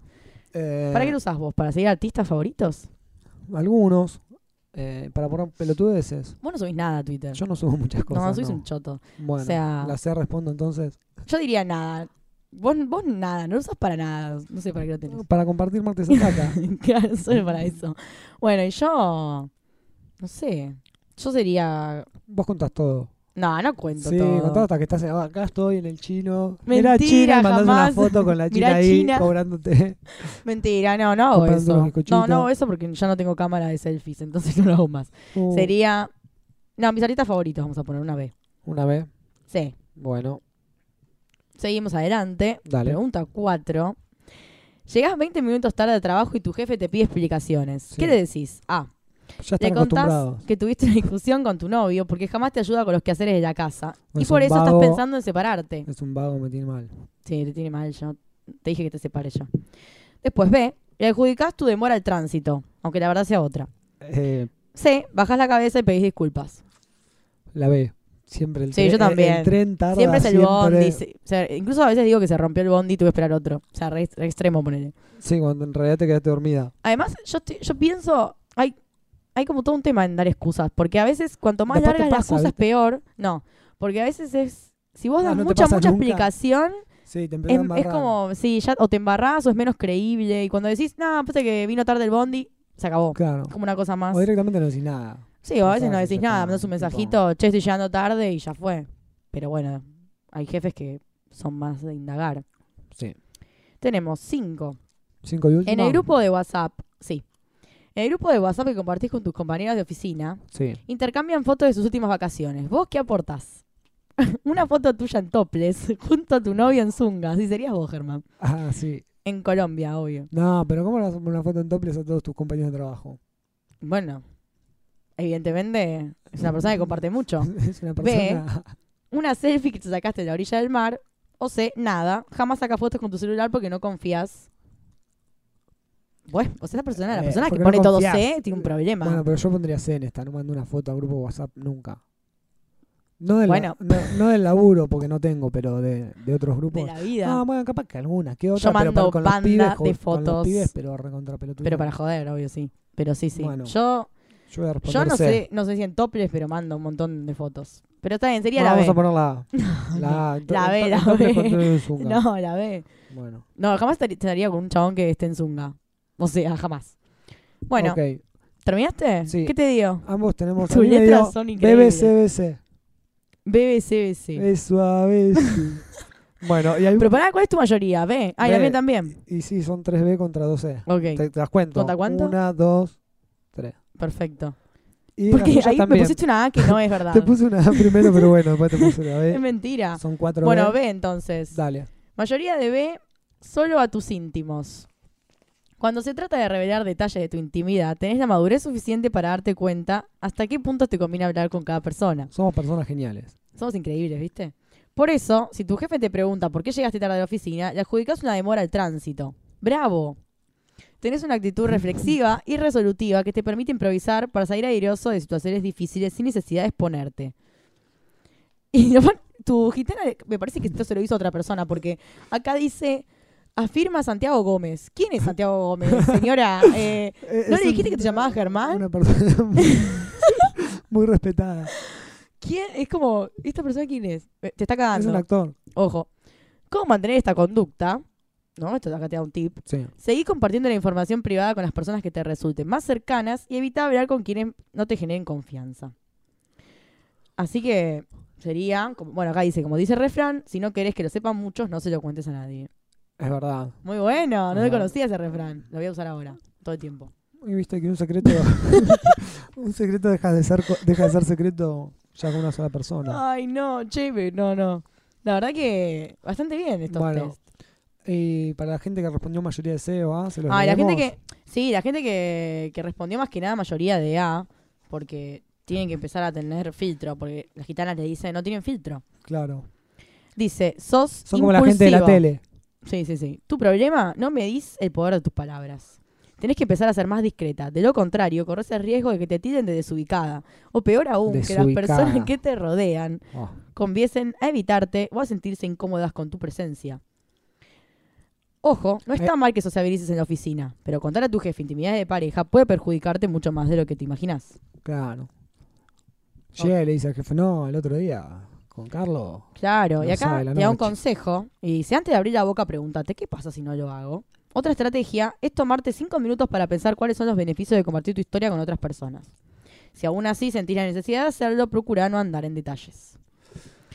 Speaker 2: Eh,
Speaker 3: ¿Para qué lo usás vos? ¿Para seguir artistas favoritos?
Speaker 2: Algunos. eh, para poner pelotudeces.
Speaker 3: Vos no subís nada a Twitter.
Speaker 2: Yo no subo muchas cosas.
Speaker 3: no, subís
Speaker 2: no.
Speaker 3: un choto.
Speaker 2: Bueno,
Speaker 3: o sea-
Speaker 2: la C respondo entonces.
Speaker 3: Yo diría nada. Vos, vos nada, no lo usás para nada. No sé para qué lo tenés.
Speaker 2: Para compartir martes ataca.
Speaker 3: claro, solo para eso. Bueno, y yo. No sé. Yo sería.
Speaker 2: Vos contás todo.
Speaker 3: No, no cuento
Speaker 2: Sí,
Speaker 3: todo.
Speaker 2: contás hasta que estás ah, acá estoy en el chino.
Speaker 3: Mentira,
Speaker 2: Mira China, y mandás una
Speaker 3: jamás.
Speaker 2: foto con la china
Speaker 3: Mirá,
Speaker 2: ahí
Speaker 3: China.
Speaker 2: cobrándote.
Speaker 3: Mentira, no, no hago
Speaker 2: Comprando los
Speaker 3: eso.
Speaker 2: bizcochitos.
Speaker 3: No, no hago eso porque ya no tengo cámara de selfies, entonces no lo hago más.
Speaker 2: Uh,
Speaker 3: Sería. No, mis artistas favoritos, vamos a poner una B.
Speaker 2: Una vez.
Speaker 3: Sí.
Speaker 2: Bueno,
Speaker 3: Seguimos adelante.
Speaker 2: dale.
Speaker 3: Pregunta 4. Llegás 20 minutos tarde de trabajo y tu jefe te pide explicaciones.
Speaker 2: Sí.
Speaker 3: ¿Qué le decís? A.
Speaker 2: Ya
Speaker 3: Le
Speaker 2: están acostumbrados.
Speaker 3: contás que tuviste una discusión con tu novio porque jamás te ayuda con los quehaceres de la casa. y
Speaker 2: Pues Es
Speaker 3: por
Speaker 2: un
Speaker 3: eso
Speaker 2: vago.
Speaker 3: estás pensando en separarte.
Speaker 2: Es un vago, me tiene mal.
Speaker 3: Sí, te tiene mal yo. Te dije que te separe yo. Después B. Le adjudicás tu demora al tránsito, aunque la verdad sea otra.
Speaker 2: Eh,
Speaker 3: C. Bajás la cabeza y pedís disculpas.
Speaker 2: la B. Siempre el
Speaker 3: Sí,
Speaker 2: tren.
Speaker 3: yo también.
Speaker 2: El tren tarda.
Speaker 3: siempre es el bondi.
Speaker 2: Sí.
Speaker 3: se- o sea, incluso a veces digo que se rompió el bondi y tuve que esperar otro. O sea, re, re extremo ponerle.
Speaker 2: cuando en realidad te quedaste dormida.
Speaker 3: Además, yo, estoy- yo pienso, hay, hay como todo un tema en dar excusas, porque a veces cuanto más
Speaker 2: Después te
Speaker 3: larga es la
Speaker 2: pasa,
Speaker 3: excusa
Speaker 2: ¿viste?
Speaker 3: es peor. No, porque a veces es, si vos
Speaker 2: Ah,
Speaker 3: das
Speaker 2: no te
Speaker 3: mucha,
Speaker 2: pasa
Speaker 3: mucha
Speaker 2: nunca.
Speaker 3: explicación,
Speaker 2: Sí, te empezás
Speaker 3: es, es
Speaker 2: a embarrar.
Speaker 3: como, sí, ya o te embarrás o es menos creíble, y cuando decís, nada, pasa que vino tarde el bondi, se acabó.
Speaker 2: Claro.
Speaker 3: Es como una cosa más.
Speaker 2: O directamente no decís nada.
Speaker 3: Sí, o a veces
Speaker 2: Mensaje,
Speaker 3: no
Speaker 2: ya
Speaker 3: decís
Speaker 2: está,
Speaker 3: nada, mandás un
Speaker 2: tipo-
Speaker 3: mensajito, che, estoy llegando tarde y ya fue. Pero bueno, hay jefes que son más de indagar.
Speaker 2: Sí.
Speaker 3: Tenemos cinco.
Speaker 2: Cinco y última.
Speaker 3: En el grupo de WhatsApp, sí. En el grupo de WhatsApp que compartís con tus compañeras de oficina,
Speaker 2: Sí.
Speaker 3: intercambian fotos de sus últimas vacaciones. ¿Vos qué aportás? Una foto tuya en toples, junto a tu novia en zungas. Y serías vos, Germán.
Speaker 2: Ah, sí.
Speaker 3: En Colombia, obvio.
Speaker 2: No, pero ¿cómo le vas a poner una foto en toples a todos tus compañeros de trabajo?
Speaker 3: Bueno, evidentemente es una persona que comparte mucho.
Speaker 2: es una
Speaker 3: Ve.
Speaker 2: persona.
Speaker 3: Una selfie que te sacaste de la orilla del mar. O sé, nada. Jamás sacas fotos con tu celular porque no confías. Bueno, o sea, esa persona, la
Speaker 2: Eh,
Speaker 3: persona que
Speaker 2: porque no
Speaker 3: pone todo
Speaker 2: confías.
Speaker 3: C, tiene un problema.
Speaker 2: Bueno, pero yo pondría C en esta. No mando una foto a grupo de WhatsApp nunca. No del,
Speaker 3: Bueno.
Speaker 2: no, no del laburo, porque no tengo, pero de, de otros grupos.
Speaker 3: de la vida.
Speaker 2: Ah, bueno, capaz que alguna, que otra,
Speaker 3: Yo
Speaker 2: pero para-
Speaker 3: mando
Speaker 2: con los
Speaker 3: banda
Speaker 2: pibes,
Speaker 3: de
Speaker 2: con- con los
Speaker 3: fotos.
Speaker 2: pibes, pero recontra pelotudo.
Speaker 3: Pero para joder, obvio, sí. Pero sí, sí.
Speaker 2: Bueno,
Speaker 3: yo
Speaker 2: Yo voy a responder
Speaker 3: yo no
Speaker 2: C.
Speaker 3: sé, no sé si en toples, pero mando un montón de fotos. Pero está bien, sería
Speaker 2: Bueno, vamos
Speaker 3: la
Speaker 2: a
Speaker 3: B.
Speaker 2: poner la A. La A.
Speaker 3: La B, la B.
Speaker 2: B.
Speaker 3: No, la B.
Speaker 2: Bueno.
Speaker 3: No, jamás estar- estaría con un chabón que esté en Zunga. O sea, jamás. Bueno,
Speaker 2: Ok,
Speaker 3: ¿terminaste?
Speaker 2: Sí.
Speaker 3: ¿Qué te dio?
Speaker 2: ambos tenemos...
Speaker 3: Tus
Speaker 2: a mí me
Speaker 3: letras
Speaker 2: dio
Speaker 3: son increíbles.
Speaker 2: BBCBC.
Speaker 3: BBCBC.
Speaker 2: Es suave. sí. bueno, y, hay-
Speaker 3: Pero pará, ¿cuál es tu mayoría? B. Ah, y la
Speaker 2: B.
Speaker 3: mía también.
Speaker 2: y sí, son 3B contra 2C.
Speaker 3: Ok,
Speaker 2: ¿Te, te das cuenta?
Speaker 3: ¿Contra cuánto?
Speaker 2: Una, dos, tres.
Speaker 3: perfecto.
Speaker 2: Y las
Speaker 3: Porque
Speaker 2: tuyas
Speaker 3: ahí me
Speaker 2: también.
Speaker 3: pusiste una A que no es verdad.
Speaker 2: Te puse una A primero, pero bueno, después te puse una
Speaker 3: Es
Speaker 2: B.
Speaker 3: mentira.
Speaker 2: Son cuatro
Speaker 3: Em, Bueno,
Speaker 2: B.
Speaker 3: B entonces.
Speaker 2: Dale.
Speaker 3: Mayoría de B, solo a tus íntimos. Cuando se trata de revelar detalles de tu intimidad, tenés la madurez suficiente para darte cuenta hasta qué punto te conviene hablar con cada persona.
Speaker 2: Somos personas geniales.
Speaker 3: Somos increíbles, ¿viste? Por eso, si tu jefe te pregunta por qué llegaste tarde a la oficina, le adjudicás una demora al tránsito. ¡Bravo! Tenés una actitud reflexiva y resolutiva que te permite improvisar para salir airoso de situaciones difíciles sin necesidad de exponerte. Y lo pon- tu gitana, me parece que esto se lo hizo otra persona, porque acá dice, afirma Santiago Gómez. ¿Quién es Santiago Gómez, señora? Eh, ¿No le dijiste que te llamabas Germán?
Speaker 2: Una persona muy, muy respetada.
Speaker 3: ¿Quién? Es como, ¿esta persona quién es? Eh, Te está cagando.
Speaker 2: Es un actor.
Speaker 3: Ojo, ¿cómo mantener esta conducta? ¿No? Esto acá te da un tip.
Speaker 2: Sí.
Speaker 3: Seguí compartiendo la información privada con las personas que te resulten más cercanas y evita hablar con quienes no te generen confianza. Así que sería, como- bueno, acá dice, como dice el refrán, si no querés que lo sepan muchos, no se lo cuentes a nadie.
Speaker 2: Es verdad.
Speaker 3: Muy bueno, no
Speaker 2: Ajá.
Speaker 3: lo conocía ese refrán. Lo voy a usar ahora, todo el tiempo.
Speaker 2: Y viste que un secreto. un secreto deja de ser, co- deja de ser secreto ya con una sola persona.
Speaker 3: Ay, no, cheve, no, no. La verdad que bastante bien estos
Speaker 2: Bueno,
Speaker 3: test.
Speaker 2: Y para la gente que respondió mayoría de C o A, se los
Speaker 3: Ah, la gente
Speaker 2: leemos.
Speaker 3: que. Sí, la gente que, que respondió más que nada mayoría de A, porque tienen que empezar a tener filtro, porque las gitanas le dicen no tienen filtro.
Speaker 2: Claro.
Speaker 3: Dice, sos impulsivo.
Speaker 2: Son como la gente de la tele.
Speaker 3: Sí, sí, sí. Tu problema, no medís el poder de tus palabras. Tenés que empezar a ser más discreta. De lo contrario, corres el riesgo de que te tiren de desubicada. O peor aún, que las
Speaker 2: Desubicada.
Speaker 3: personas que te rodean
Speaker 2: Oh,
Speaker 3: conviesen a evitarte o a sentirse incómodas con tu presencia. Ojo, no está mal que sociabilices en la oficina, pero contar a tu jefe intimidades de pareja puede perjudicarte mucho más de lo que te imaginas.
Speaker 2: claro. Llega y le dice al jefe, no, el otro día con Carlos.
Speaker 3: Claro, y
Speaker 2: No
Speaker 3: acá
Speaker 2: sabe la
Speaker 3: te da un
Speaker 2: noche.
Speaker 3: consejo. Y si antes de abrir la boca, pregúntate, ¿qué pasa si no lo hago? Otra estrategia es tomarte cinco minutos para pensar cuáles son los beneficios de compartir tu historia con otras personas. Si aún así sentís la necesidad de hacerlo, procura no andar en detalles.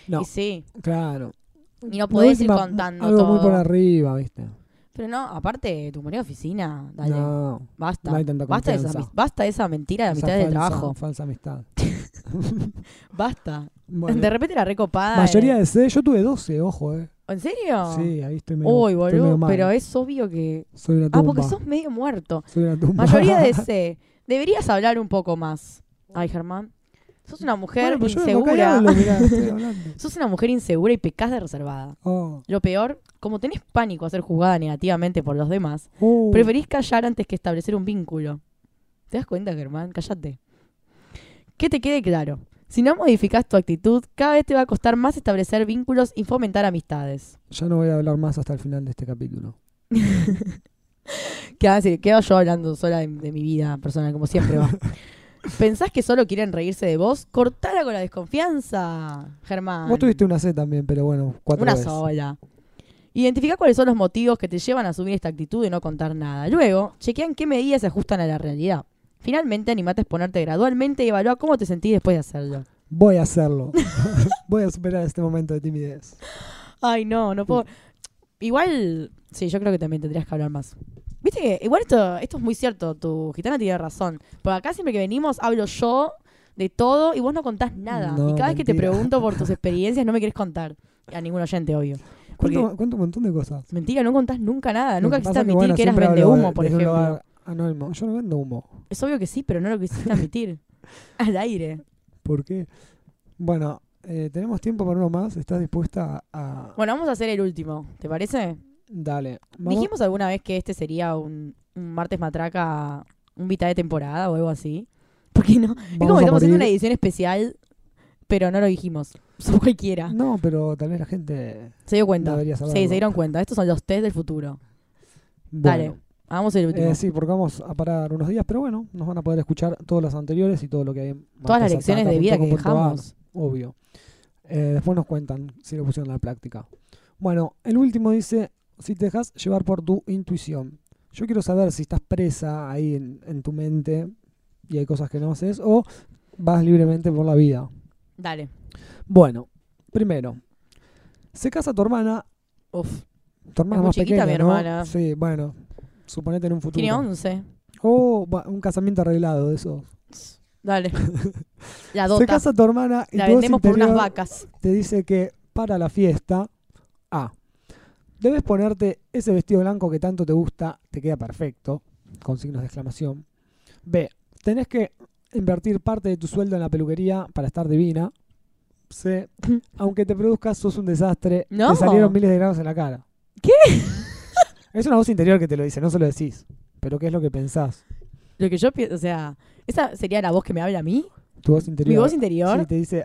Speaker 2: No,
Speaker 3: Y sí,
Speaker 2: claro.
Speaker 3: y no
Speaker 2: La
Speaker 3: podés ir
Speaker 2: última,
Speaker 3: contando
Speaker 2: Algo muy
Speaker 3: todo.
Speaker 2: por arriba, ¿viste?
Speaker 3: Pero no, aparte, tu compañero de oficina, dale,
Speaker 2: No,
Speaker 3: basta.
Speaker 2: no hay tanta
Speaker 3: Basta de, esa,
Speaker 2: confianza.
Speaker 3: mis- basta de esa mentira de la
Speaker 2: esa
Speaker 3: mitad del
Speaker 2: falsa-
Speaker 3: trabajo.
Speaker 2: Falsa amistad.
Speaker 3: Basta.
Speaker 2: Bueno,
Speaker 3: De repente la recopada.
Speaker 2: mayoría
Speaker 3: eh.
Speaker 2: de C, yo tuve 12, ojo, eh.
Speaker 3: ¿En serio?
Speaker 2: Sí, ahí estoy medio,
Speaker 3: Uy,
Speaker 2: estoy medio
Speaker 3: boludo.
Speaker 2: mal.
Speaker 3: Pero es obvio que.
Speaker 2: Soy una
Speaker 3: Ah,
Speaker 2: tumba.
Speaker 3: porque sos medio muerto.
Speaker 2: Soy una tumba.
Speaker 3: Mayoría de C. Deberías hablar un poco más. Ay, Germán. Sos una mujer
Speaker 2: Bueno, pues yo vengo acá y
Speaker 3: insegura.
Speaker 2: hablo, mirá, estoy hablando.
Speaker 3: Sos una mujer insegura y pecás de reservada.
Speaker 2: Oh,
Speaker 3: Lo peor, como tenés pánico a ser juzgada negativamente por los demás,
Speaker 2: oh.
Speaker 3: Preferís callar antes que establecer un vínculo. ¿Te das cuenta, Germán? Cállate. Que te quede claro. Si no modificas tu actitud, cada vez te va a costar más establecer vínculos y fomentar amistades.
Speaker 2: Ya no voy a hablar más hasta el final de este capítulo.
Speaker 3: ¿Qué vas a decir? Quedo yo hablando sola de, de mi vida personal, como siempre va. ¿Pensás que solo quieren reírse de vos? Cortala con la desconfianza, Germán.
Speaker 2: Vos tuviste una C también, pero bueno, cuatro
Speaker 3: Una
Speaker 2: veces.
Speaker 3: sola. Identifica cuáles son los motivos que te llevan a asumir esta actitud de no contar nada. Luego, chequea en qué medidas se ajustan a la realidad. Finalmente, animate a exponerte gradualmente y evalúa cómo te sentís después de hacerlo.
Speaker 2: Voy a hacerlo. voy a superar este momento de timidez.
Speaker 3: Ay, no, no puedo. Igual, sí, yo creo que también tendrías que hablar más. Viste que, igual esto, esto es muy cierto, tu gitana tiene razón. Porque acá siempre que venimos hablo yo de todo y vos no contás nada.
Speaker 2: No,
Speaker 3: y cada vez que te
Speaker 2: mentira.
Speaker 3: pregunto por tus experiencias no me querés contar. A ningún oyente, obvio. Porque-
Speaker 2: Cuento, cuento un montón de cosas.
Speaker 3: Mentira, no contás nunca nada.
Speaker 2: Lo
Speaker 3: Nunca
Speaker 2: que
Speaker 3: quisiste
Speaker 2: pasa es
Speaker 3: admitir que,
Speaker 2: bueno,
Speaker 3: eras
Speaker 2: siempre
Speaker 3: vende
Speaker 2: hablo
Speaker 3: humo,
Speaker 2: de-
Speaker 3: por
Speaker 2: desde un
Speaker 3: ejemplo.
Speaker 2: lugar anónimo. Yo no vendo humo.
Speaker 3: Es obvio que sí, pero no lo quisiste admitir. Al aire.
Speaker 2: ¿Por qué? Bueno, eh, tenemos tiempo para uno más. ¿Estás dispuesta a...?
Speaker 3: Bueno, vamos a hacer el último, ¿te parece?
Speaker 2: Dale. Vamos.
Speaker 3: Dijimos alguna vez que este sería un, un martes matraca, un mitad de temporada o algo así. ¿Por qué no? es como
Speaker 2: vamos
Speaker 3: que
Speaker 2: a
Speaker 3: estamos haciendo una
Speaker 2: morir.
Speaker 3: edición especial, pero no lo dijimos. Somos cualquiera.
Speaker 2: No, pero tal vez la gente...
Speaker 3: Se dio cuenta.
Speaker 2: Debería saberlo.
Speaker 3: Sí, se dieron cuenta. Estos son los test del futuro.
Speaker 2: Bueno.
Speaker 3: Dale. Hagamos el último.
Speaker 2: Eh, sí, porque vamos a parar unos días, pero bueno, nos van a poder escuchar todos los anteriores y todo lo que hay. en
Speaker 3: Todas las lecciones de vida que
Speaker 2: marquesataca.com.ar,
Speaker 3: dejamos.
Speaker 2: Obvio. Eh, después nos cuentan si lo pusieron a la práctica. Bueno, el último dice, si te dejas llevar por tu intuición. Yo quiero saber si estás presa ahí en, en tu mente y hay cosas que no haces o vas libremente por la vida.
Speaker 3: Dale.
Speaker 2: Bueno, primero, se casa tu hermana,
Speaker 3: Uf.
Speaker 2: tu hermana
Speaker 3: muy
Speaker 2: más
Speaker 3: chiquita
Speaker 2: pequeña,
Speaker 3: mi
Speaker 2: ¿no?
Speaker 3: hermana.
Speaker 2: Sí, bueno, suponete en un futuro.
Speaker 3: Tiene 11.
Speaker 2: Oh, va- un casamiento arreglado de esos.
Speaker 3: Dale. La
Speaker 2: Se
Speaker 3: dota.
Speaker 2: casa tu hermana y
Speaker 3: La
Speaker 2: tu voz
Speaker 3: vendemos por unas
Speaker 2: interior
Speaker 3: vacas.
Speaker 2: te dice que para la fiesta, A. Debes ponerte ese vestido blanco que tanto te gusta, te queda perfecto, con signos de exclamación. B. Tenés que invertir parte de tu sueldo en la peluquería para estar divina. C. Aunque te produzcas, sos un desastre.
Speaker 3: No.
Speaker 2: Te salieron miles de grados en la cara. ¿Qué? Es una voz interior que te lo dice, no se lo decís. Pero ¿qué es lo que pensás?
Speaker 3: Lo que yo pienso, o sea, esa sería la voz que me habla a mí,
Speaker 2: Tu voz interior.
Speaker 3: mi voz interior.
Speaker 2: Sí, te dice.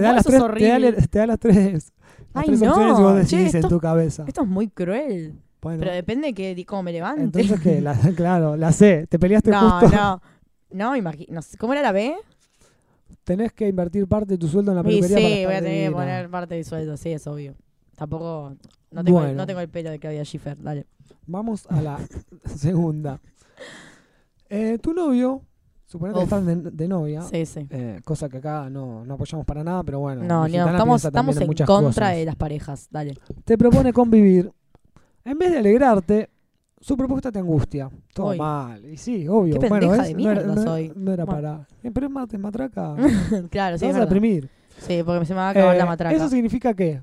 Speaker 3: Y
Speaker 2: da,
Speaker 3: vos
Speaker 2: las
Speaker 3: sos
Speaker 2: tres, te, da,
Speaker 3: horrible.
Speaker 2: te da las tres. Las
Speaker 3: Ay,
Speaker 2: tres
Speaker 3: no.
Speaker 2: opciones y vos decís
Speaker 3: Che, esto-
Speaker 2: en tu cabeza.
Speaker 3: Esto es muy cruel,
Speaker 2: Bueno,
Speaker 3: pero depende de que, de cómo me levante.
Speaker 2: entonces que, la, claro, la C, te peleaste
Speaker 3: no,
Speaker 2: justo.
Speaker 3: no. No, imagino. ¿Cómo era la B?
Speaker 2: Tenés que invertir parte de tu sueldo en la
Speaker 3: Y sí,
Speaker 2: peluquería para estar
Speaker 3: voy a tener que
Speaker 2: divina.
Speaker 3: poner parte de sueldo, sí, es obvio. Tampoco. No tengo,
Speaker 2: Bueno.
Speaker 3: no tengo el pelo de Claudia Schiffer, dale.
Speaker 2: Vamos a la segunda. Eh, tu novio, suponete que
Speaker 3: Uf.
Speaker 2: estás de, de novia,
Speaker 3: Sí, sí.
Speaker 2: eh, cosa que acá no, no apoyamos para nada, pero bueno.
Speaker 3: No, no,
Speaker 2: mi gitana
Speaker 3: estamos,
Speaker 2: piensa también
Speaker 3: estamos en
Speaker 2: muchas
Speaker 3: contra
Speaker 2: cosas.
Speaker 3: de las parejas, dale.
Speaker 2: Te propone convivir. En vez de alegrarte, su propuesta te angustia. Todo
Speaker 3: Uy.
Speaker 2: mal. Y sí, obvio.
Speaker 3: Qué
Speaker 2: bueno,
Speaker 3: pendeja
Speaker 2: ¿ves?
Speaker 3: de
Speaker 2: no era,
Speaker 3: mierda
Speaker 2: no-
Speaker 3: soy.
Speaker 2: no era
Speaker 3: Bueno.
Speaker 2: para. Eh, pero es martes, matraca.
Speaker 3: claro, sí, es
Speaker 2: Te vas a
Speaker 3: verdad.
Speaker 2: deprimir.
Speaker 3: Sí, porque se me va a acabar
Speaker 2: Eh,
Speaker 3: la matraca.
Speaker 2: Eso significa que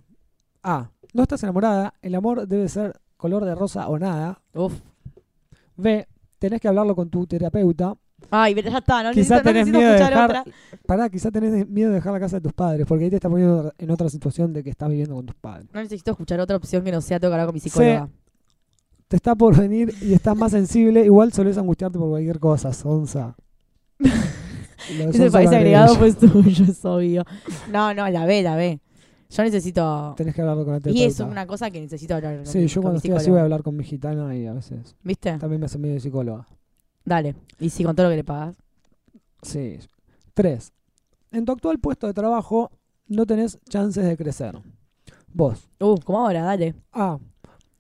Speaker 2: A. No estás enamorada. El amor debe ser color de rosa o nada.
Speaker 3: Uf,
Speaker 2: B. Tenés que hablarlo con tu terapeuta.
Speaker 3: Ay, pero ya está, no necesito,
Speaker 2: Quizá
Speaker 3: no
Speaker 2: tenés
Speaker 3: necesito
Speaker 2: miedo de
Speaker 3: escuchar
Speaker 2: dejar,
Speaker 3: otra.
Speaker 2: pará, quizá tenés miedo de dejar la casa de tus padres, porque ahí te estás poniendo en otra situación de que estás viviendo con tus padres.
Speaker 3: No necesito escuchar otra opción que no sea tocar con mi psicóloga.
Speaker 2: Te está por venir y estás más sensible, igual solés angustiarte por cualquier cosa, sonza. Lo de
Speaker 3: Ese
Speaker 2: sonza
Speaker 3: país
Speaker 2: lo agregué
Speaker 3: agregado
Speaker 2: yo.
Speaker 3: pues tuyo, es obvio. No, no, la ve, la ve. Yo necesito...
Speaker 2: Tenés que hablarlo con el
Speaker 3: Y
Speaker 2: terapeuta.
Speaker 3: es una cosa que necesito hablar con
Speaker 2: Sí,
Speaker 3: mi-
Speaker 2: yo
Speaker 3: con
Speaker 2: cuando
Speaker 3: mi
Speaker 2: estoy así
Speaker 3: psicólogo.
Speaker 2: voy a hablar con mi gitana y a veces
Speaker 3: ¿Viste?
Speaker 2: también me hace medio de psicóloga.
Speaker 3: Dale. Y sí, con todo lo que le pagas.
Speaker 2: Sí. Tres. En tu actual puesto de trabajo no tenés chances de crecer. Vos.
Speaker 3: Uh, como ahora, dale.
Speaker 2: A.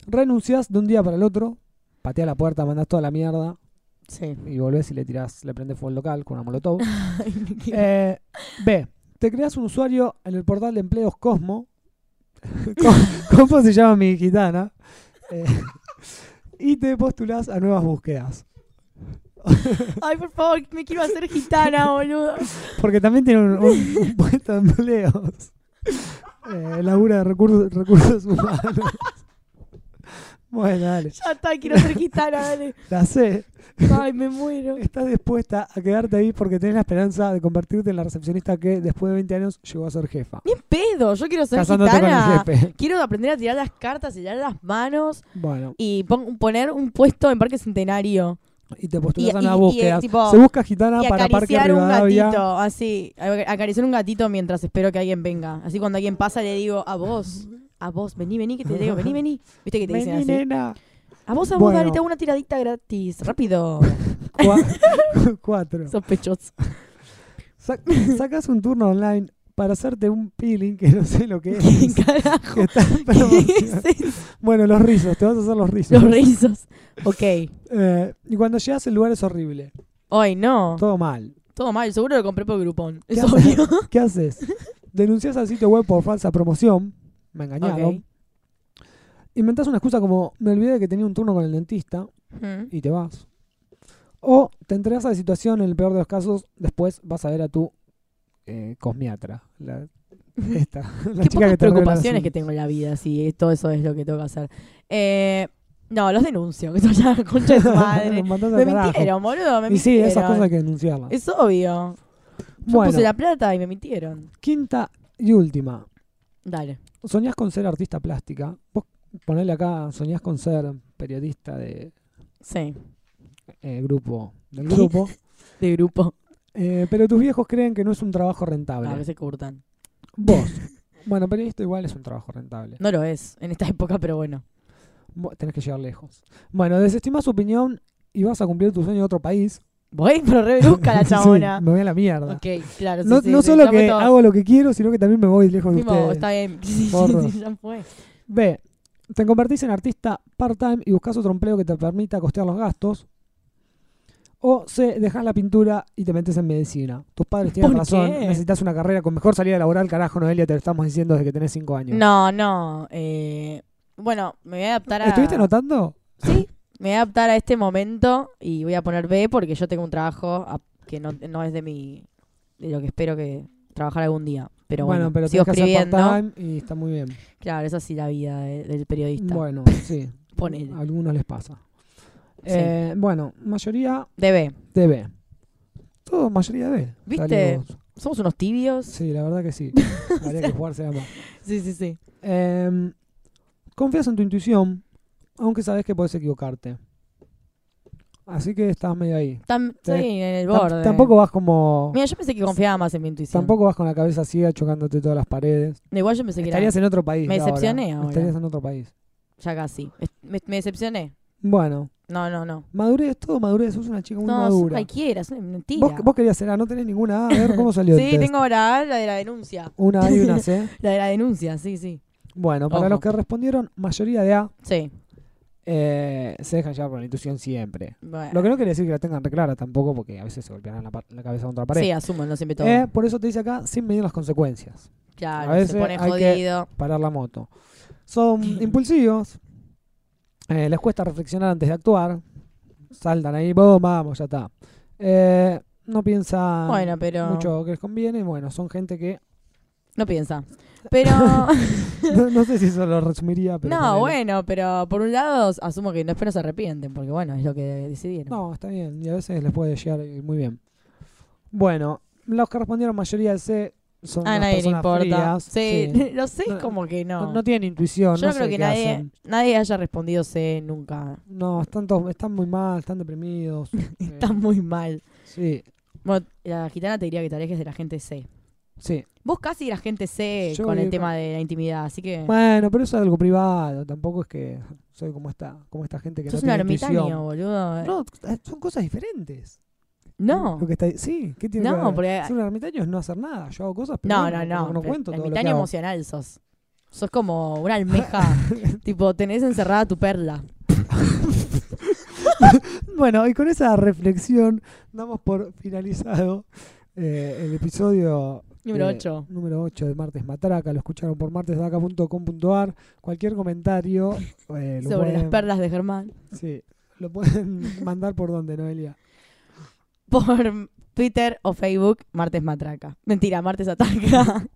Speaker 2: Renunciás de un día para el otro, pateás la puerta, mandás toda la mierda
Speaker 3: Sí.
Speaker 2: y volvés y le tirás, le prendés fuego al local con una molotov. Eh, B. Te creas un usuario en el portal de empleos Cosmo. Co- Cosmo se llama mi gitana. Eh, y te postulás a nuevas búsquedas.
Speaker 3: Ay, por favor, me quiero hacer gitana, boludo.
Speaker 2: Porque también tiene un, un- un puesto de empleos. Eh, labura de recursos, recursos humanos. Bueno, dale.
Speaker 3: Ya está, quiero ser gitana, dale.
Speaker 2: La C.
Speaker 3: Ay, me muero.
Speaker 2: Estás dispuesta a quedarte ahí porque tenés la esperanza de convertirte en la recepcionista que después de 20 años llegó a ser jefa.
Speaker 3: Ni en pedo, yo quiero ser
Speaker 2: Casándote
Speaker 3: pues, gitana.
Speaker 2: con el jefe.
Speaker 3: Quiero aprender a tirar las cartas, tirar las manos
Speaker 2: Bueno.
Speaker 3: y pon- poner un puesto en Parque Centenario.
Speaker 2: Y te postulas
Speaker 3: Y-
Speaker 2: a
Speaker 3: y-
Speaker 2: una
Speaker 3: y,
Speaker 2: búsqueda.
Speaker 3: eh, tipo,
Speaker 2: Se busca gitana
Speaker 3: y
Speaker 2: para Parque
Speaker 3: acariciar un
Speaker 2: Rivadavia.
Speaker 3: gatito, así. a- Acariciar un gatito mientras espero que alguien venga. Así cuando alguien pasa le digo, a vos, a vos, vení, vení, que te digo, vení, vení. Viste que te dicen
Speaker 2: Vení,
Speaker 3: así.
Speaker 2: nena.
Speaker 3: A vos, a vos,
Speaker 2: Bueno.
Speaker 3: dale, te hago una tiradita gratis. Rápido.
Speaker 2: Cua- Cuatro.
Speaker 3: Sospechoso.
Speaker 2: Sac- sacas un turno online para hacerte un peeling que no sé lo que
Speaker 3: ¿Qué
Speaker 2: es.
Speaker 3: carajo?
Speaker 2: que está en
Speaker 3: ¿Qué
Speaker 2: promoción.
Speaker 3: es eso?
Speaker 2: bueno, los rizos. Te vas a hacer los rizos.
Speaker 3: Los rizos. Ok.
Speaker 2: Eh, y cuando llegas el lugar es horrible.
Speaker 3: Ay, no.
Speaker 2: Todo mal.
Speaker 3: Todo mal. Seguro lo compré por Groupon.
Speaker 2: ¿Qué
Speaker 3: Es
Speaker 2: haces?
Speaker 3: obvio.
Speaker 2: ¿Qué haces? Denuncias al sitio web por falsa promoción. Me engañaron.
Speaker 3: Ok.
Speaker 2: Inventas una excusa como me olvidé de que tenía un turno con el dentista.
Speaker 3: Mm.
Speaker 2: y te vas. O te entregas a la situación, en el peor de los casos, después vas a ver a tu eh, cosmiatra. La, esta, la
Speaker 3: Qué pocas
Speaker 2: chica que te arregla
Speaker 3: preocupaciones
Speaker 2: las
Speaker 3: que
Speaker 2: uñas.
Speaker 3: tengo en la vida, si todo eso es lo que tengo que hacer. Eh, no, los denuncio, que son ya concha de su madre.
Speaker 2: Los mandás al
Speaker 3: me
Speaker 2: carajo.
Speaker 3: mintieron, boludo, me
Speaker 2: Y sí,
Speaker 3: mintieron.
Speaker 2: esas cosas hay que denunciarlas.
Speaker 3: Es obvio. Yo
Speaker 2: bueno,
Speaker 3: puse la plata y me mintieron.
Speaker 2: quinta y última.
Speaker 3: Dale.
Speaker 2: Soñás con ser artista plástica. Vos ponele acá, soñás con ser periodista de
Speaker 3: Sí,
Speaker 2: eh, grupo, del grupo.
Speaker 3: de grupo.
Speaker 2: Eh, pero tus viejos creen que no es un trabajo
Speaker 3: A
Speaker 2: rentable.
Speaker 3: veces curtan.
Speaker 2: Vos. Bueno, periodista igual es un trabajo rentable.
Speaker 3: No lo es en esta época, pero bueno.
Speaker 2: Bu- Tenés que llegar lejos. Bueno, desestima su opinión y vas a cumplir tu sueño en otro país.
Speaker 3: Voy, pero rebusca la
Speaker 2: Sí,
Speaker 3: chabona.
Speaker 2: me voy a la mierda.
Speaker 3: ok, claro. sí,
Speaker 2: no
Speaker 3: sí,
Speaker 2: no
Speaker 3: sí,
Speaker 2: solo
Speaker 3: ya fue
Speaker 2: que
Speaker 3: todo.
Speaker 2: hago lo que quiero, sino que también me voy lejos de
Speaker 3: Tipo,
Speaker 2: ustedes.
Speaker 3: está bien. Sí, sí, sí,
Speaker 2: Forros.
Speaker 3: ya fue.
Speaker 2: B. Te convertís en artista part-time y buscas otro empleo que te permita costear los gastos. O C. Dejas la pintura y te metes en medicina. Tus padres tienen
Speaker 3: ¿Por
Speaker 2: razón.
Speaker 3: qué?
Speaker 2: Necesitas una carrera con mejor salida laboral, carajo, Noelia, te lo estamos diciendo desde que tenés 5 años.
Speaker 3: No, no. eh, bueno, me voy a adaptar a.
Speaker 2: ¿Estuviste anotando?
Speaker 3: Sí, me voy a adaptar a este momento y voy a poner B porque yo tengo un trabajo a- que no, no es de mi. de lo que espero que trabajar algún día. Pero bueno,
Speaker 2: pero
Speaker 3: sigo
Speaker 2: tenés que hacer
Speaker 3: escribiendo.
Speaker 2: part-time y está muy bien.
Speaker 3: Claro, esa sí la vida de- del periodista.
Speaker 2: Bueno, sí.
Speaker 3: Ponele.
Speaker 2: A algunos les pasa.
Speaker 3: Sí.
Speaker 2: Eh, bueno, mayoría
Speaker 3: De B.
Speaker 2: de B. Todo mayoría de B.
Speaker 3: ¿Viste?
Speaker 2: Salimos.
Speaker 3: Somos unos tibios.
Speaker 2: Sí, la verdad que sí. Habría que jugarse más.
Speaker 3: Sí, sí, sí.
Speaker 2: Eh, confías en tu intuición, aunque sabes que puedes equivocarte. Así que estás medio ahí.
Speaker 3: Tam-
Speaker 2: Te-
Speaker 3: estoy en el
Speaker 2: Tam-
Speaker 3: borde.
Speaker 2: tampoco vas como.
Speaker 3: eh. Mira, yo pensé que confiaba más en mi intuición.
Speaker 2: Tampoco vas con la cabeza ciega chocándote todas las paredes.
Speaker 3: Igual yo pensé que era.
Speaker 2: Estarías en otro país.
Speaker 3: Me
Speaker 2: ahora.
Speaker 3: decepcioné ahora.
Speaker 2: Estarías en otro país.
Speaker 3: Ya casi. Es- Me, me decepcioné.
Speaker 2: Bueno,
Speaker 3: No, no, no.
Speaker 2: madurez, todo madurez. Sos una chica muy
Speaker 3: no, sos
Speaker 2: madura.
Speaker 3: cualquiera, es una mentira.
Speaker 2: Vos, vos querías ser A, no tenés ninguna A. A ver cómo salió el
Speaker 3: sí,
Speaker 2: test.
Speaker 3: tengo la A, la de la denuncia.
Speaker 2: Una A y una C.
Speaker 3: La de la denuncia, sí, sí.
Speaker 2: Bueno, para
Speaker 3: Ojo.
Speaker 2: los que respondieron, mayoría de A
Speaker 3: Sí.
Speaker 2: eh, se dejan llevar por la intuición siempre.
Speaker 3: Bueno.
Speaker 2: Lo que no quiere decir que la tengan reclara tampoco, porque a veces se golpearán la, par- la cabeza contra la pared.
Speaker 3: Sí, asumo, no siempre todo.
Speaker 2: Eh, por eso te dice acá, sin medir las consecuencias.
Speaker 3: claro,
Speaker 2: a veces
Speaker 3: se pone
Speaker 2: hay que-
Speaker 3: jodido.
Speaker 2: Parar la moto. Son impulsivos. eh, les cuesta reflexionar antes de actuar. Saltan ahí, vos, vamos, ya está. Eh, no piensan
Speaker 3: Bueno, pero.
Speaker 2: mucho que les conviene. Bueno, son gente que
Speaker 3: No piensa. Pero.
Speaker 2: No, no sé si eso lo resumiría, pero.
Speaker 3: no,
Speaker 2: ponele.
Speaker 3: bueno, pero por un lado asumo que no espero se arrepienten, porque bueno, es lo que decidieron.
Speaker 2: No, está bien. Y a veces les puede llegar eh, muy bien. Bueno, los que respondieron mayoría de C son
Speaker 3: a
Speaker 2: unas
Speaker 3: nadie le
Speaker 2: personas
Speaker 3: importa.
Speaker 2: frías,
Speaker 3: sí,
Speaker 2: sí.
Speaker 3: lo sé,
Speaker 2: No,
Speaker 3: como que no.
Speaker 2: No, no tienen intuición.
Speaker 3: Yo
Speaker 2: no
Speaker 3: no creo
Speaker 2: sé
Speaker 3: que
Speaker 2: qué
Speaker 3: nadie,
Speaker 2: hacen.
Speaker 3: nadie haya respondido C nunca.
Speaker 2: No, están, todos, están muy mal, están deprimidos. eh,
Speaker 3: Está muy mal.
Speaker 2: sí,
Speaker 3: Bueno, la gitana te diría que te alejes de la gente C.
Speaker 2: sí.
Speaker 3: Vos casi eras gente C
Speaker 2: Yo
Speaker 3: con el
Speaker 2: iba-
Speaker 3: tema de la intimidad, así que.
Speaker 2: Bueno, pero eso es algo privado. Tampoco es que soy como esta, como esta gente que
Speaker 3: sos
Speaker 2: no
Speaker 3: un
Speaker 2: tiene
Speaker 3: ermitaño,
Speaker 2: intuición.
Speaker 3: boludo. No.
Speaker 2: No, eh, son cosas diferentes.
Speaker 3: No,
Speaker 2: Lo que está, sí, ¿qué tiene que
Speaker 3: no,
Speaker 2: ver?
Speaker 3: porque.
Speaker 2: Ser un ermitaño es no hacer nada. Yo hago cosas, pero
Speaker 3: No, no,
Speaker 2: bueno,
Speaker 3: no.
Speaker 2: no
Speaker 3: pero
Speaker 2: cuento todo lo que
Speaker 3: ermitaño
Speaker 2: hago.
Speaker 3: emocional sos. Sos como una almeja. tipo, tenés encerrada tu perla.
Speaker 2: Eh, Bueno, y con esa reflexión damos por finalizado eh, el episodio
Speaker 3: Número
Speaker 2: de-
Speaker 3: 8.
Speaker 2: número 8 de Martes Matraca. Lo escucharon por martesmatraca.com.ar. Cualquier comentario eh, lo,
Speaker 3: Sobre las
Speaker 2: pueden,
Speaker 3: perlas de Germán.
Speaker 2: sí, lo pueden mandar por donde, Noelia.
Speaker 3: Por Twitter o Facebook, Martes Matraca. Mentira, Martes Ataca.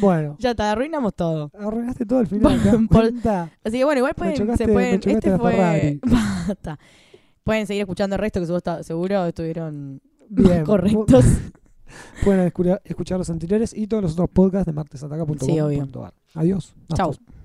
Speaker 2: Bueno,
Speaker 3: ya está, arruinamos todo.
Speaker 2: arruinaste todo el final. ¿te das
Speaker 3: Por-
Speaker 2: cuenta?
Speaker 3: Así que bueno, igual pueden.
Speaker 2: chocaste-
Speaker 3: se pueden
Speaker 2: me chocaste
Speaker 3: este
Speaker 2: la
Speaker 3: fue.
Speaker 2: Ferrari.
Speaker 3: Basta. Pueden seguir escuchando el resto que subo está- seguro estuvieron
Speaker 2: Bien.
Speaker 3: correctos.
Speaker 2: Pu- Pueden escuchar, escuchar los anteriores y todos los otros podcasts de martesataca.com.ar.
Speaker 3: Sí, obvio.
Speaker 2: Adiós.
Speaker 3: Chau.
Speaker 2: Hasta-